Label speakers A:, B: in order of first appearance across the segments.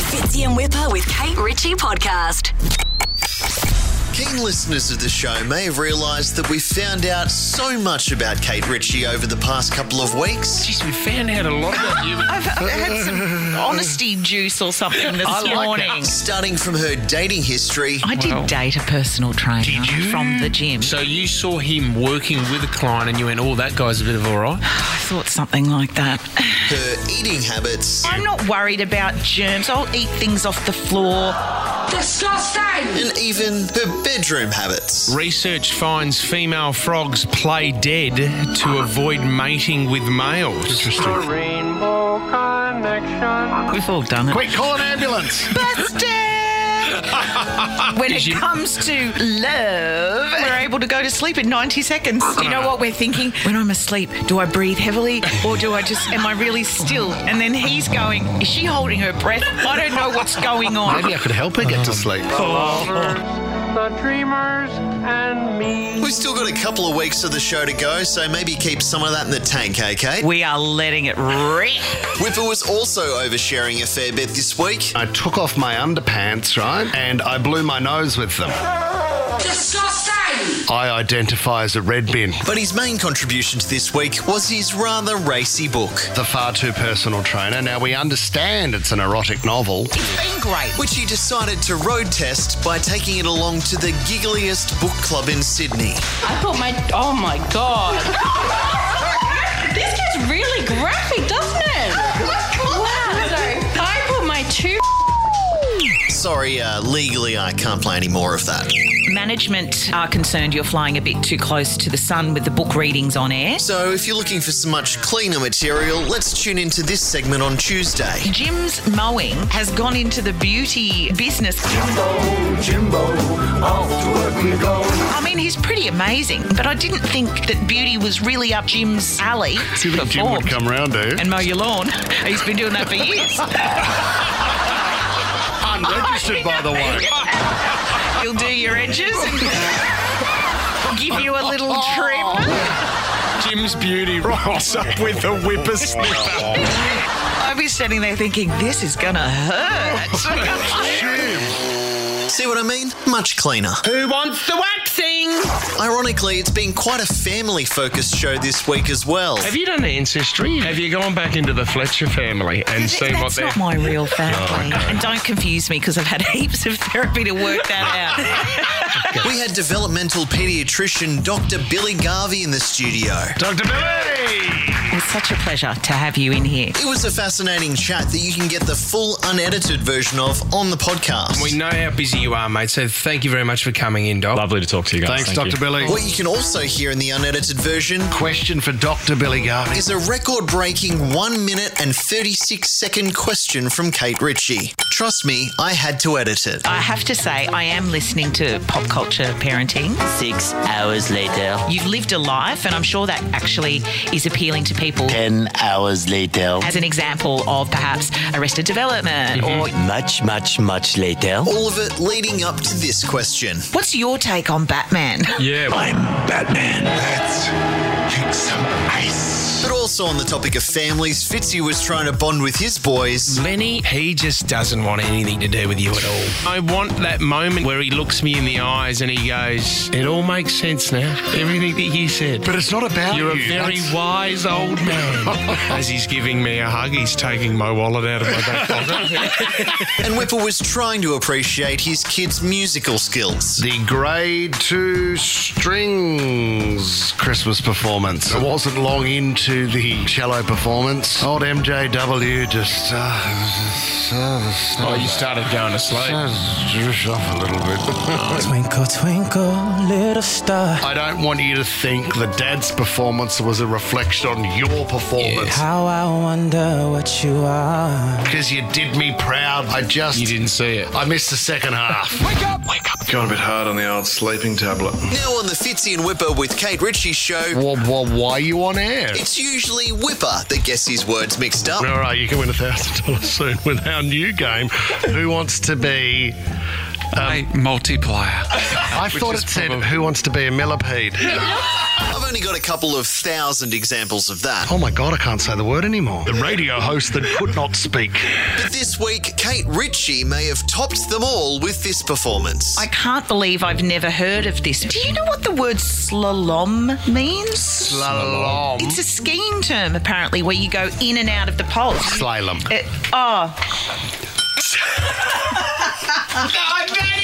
A: Fitzy and Whipper with Kate Ritchie podcast.
B: Keen listeners of the show may have realised that we found out so much about Kate Ritchie over the past couple of weeks.
C: Jeez, we found out a lot about you.
D: I've, I've had some honesty juice or something this
C: I like that.
D: morning.
B: Starting from her dating history,
D: I
C: Wow.
D: did date a personal trainer
C: Did you?
D: from the gym.
C: So you saw him working with a client and you went, oh, that guy's a bit of all right.
D: I thought something like that.
B: her eating habits,
D: I'm not worried about germs. I'll eat things off the floor.
E: Disgusting!
B: and even her bedroom habits.
C: Research finds female frogs play dead to avoid mating with males. Interesting.
F: Rainbow Connection.
D: We've all done it.
C: Quick, call an ambulance.
D: Busted! when
C: Did
D: it
C: you-
D: comes to love, we're able to go to sleep in 90 seconds. Do you know what we're thinking? When I'm asleep, do I breathe heavily or do I just, am I really still? And then he's going, is she holding her breath? I don't know what's going on.
C: I could help her
G: Um,
C: get to sleep.
F: The Dreamers and me.
B: We've still got a couple of weeks of the show to go, so maybe keep some of that in the tank, eh, Kate?
D: We are letting it rip.
B: Whipper was also oversharing a fair bit this week.
G: I took off my underpants, right? And I blew my nose with them.
E: Disgusting!
G: I identify as a red bin,
B: But his main contribution to this week was his rather racy book,
G: the far too personal trainer. Now, we understand it's an erotic novel.
D: It's been great.
B: which he decided to road test by taking it along to the giggliest book club in Sydney.
H: I put my. Oh my god. this gets really graphic, doesn't it? Wow. Sorry. I put my two.
B: Sorry, uh, legally I can't play any more of that.
D: Management are concerned you're flying a bit too close to the sun with the book readings on air.
B: So, if you're looking for some much cleaner material, let's tune into this segment on Tuesday.
D: Jim's mowing has gone into the beauty business. I mean, he's pretty amazing, but I didn't think that beauty was really up Jim's alley.
G: Do you think Jim would
D: Performed.
G: come round, do?
D: and mow your lawn. He's been doing that for years.
G: Unregistered, by the way.
D: He'll do your edges and give you a little
G: Oh.
D: trim.
C: Jim's beauty rolls up with the whippersnapper.
D: I'd be standing there thinking, this is gonna hurt.
B: See what I mean? Much cleaner.
C: Who wants the waxing?
B: Ironically, it's been quite a family focused show this week as well.
C: Have you done ancestry? Have you gone back into the Fletcher family and seen what
D: That's
C: they're...
D: not my real family. And don't confuse me because I've had heaps of therapy to work that out.
B: We had developmental pediatrician Dr. Billy Garvey in the studio.
C: Dr. Billy!
D: It's such a pleasure to have you in here.
B: It was a fascinating chat that you can get the full unedited version of on the podcast.
C: We know how busy you are, mate, so thank you very much for coming in, Doc.
I: Lovely to talk to you guys.
G: Thanks,
I: Thank
G: Dr.
I: you.
G: Billy.
B: What you can also hear in the unedited version
G: Question for Dr. Billy Garvey.
B: is a record breaking 1 minute and 36 second question from Kate Ritchie. Trust me, I had to edit it.
D: I have to say, I am listening to pop culture parenting.
J: Six hours later.
D: You've lived a life, and I'm sure that actually is appealing to people
J: Ten hours later.
D: as an example of perhaps arrested development
H: Mm-hmm.
D: or.
J: Much, much, much later.
B: All of it leading up to this question.
D: What's your take on Batman?
C: Yeah,
B: But also on the topic of families, Fitzy was trying to bond with his boys.
C: Lenny, he just doesn't want anything to do with you at all. I want that moment where he looks me in the eyes and he goes, It all makes sense now. Everything that you said.
G: But it's not about
C: You're
G: you.
C: a very
G: That's-
C: wise old man. As he's giving me a hug, he's taking my wallet out of my back pocket.
B: And Whipper was trying to appreciate his kids' musical skills.
G: The grade two strings Christmas performance. It wasn't long into the cello performance. Old MJW just. Uh,
C: oh, you started going to sleep.
G: drift off a little bit.
I: Twinkle, twinkle, little star.
G: I don't want you to think the dad's performance was a reflection on your performance
I: How I wonder what you are.
G: because you did me proud. I just.
C: You didn't see it.
G: I missed the second half.
C: Wake up! Wake up!
K: Gone a bit hard on the old sleeping tablet.
B: Now on the Fitzy and Whipper with Kate Ritchie show,
G: Wha- wha- why are you on air?
B: it's usually Whipper that gets his words mixed up.
G: All right, you can win a thousand dollars soon with our new game. Who wants to be
L: a
C: Um,
L: multiplier.
G: I thought it said, "Who wants to be a millipede?"
B: I've only got a couple of thousand examples of that.
G: Oh my god, I can't say the word anymore. The radio host that could not speak.
B: But this week, Kate Ritchie may have topped them all with this performance.
D: I can't believe I've never heard of this. Do you know what the word slalom means?
G: Slalom.
D: It's a skiing term, apparently, where you go in and out of the poles.
G: Slalom.
D: It, oh,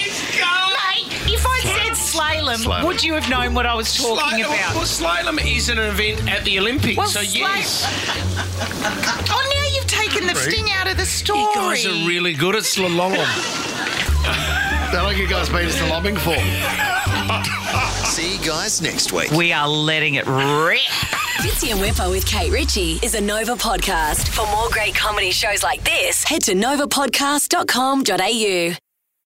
D: mate, if I said slalom,
C: Slalom.
D: would you have known what I was talking about?
C: Well, slalom is an event at the Olympics,
D: Well,
C: so
D: sla-
C: yes.
D: Oh, now you've taken the
C: Great.
D: sting out of the story. You
C: Guys are really good at slalom.
G: How long you guys been slalomming for?
B: See you guys next week.
D: We are letting it rip.
A: Fitzy and Whipper with Kate Ritchie is a Nova podcast. For more great comedy shows like this, head to novapodcast.com.au.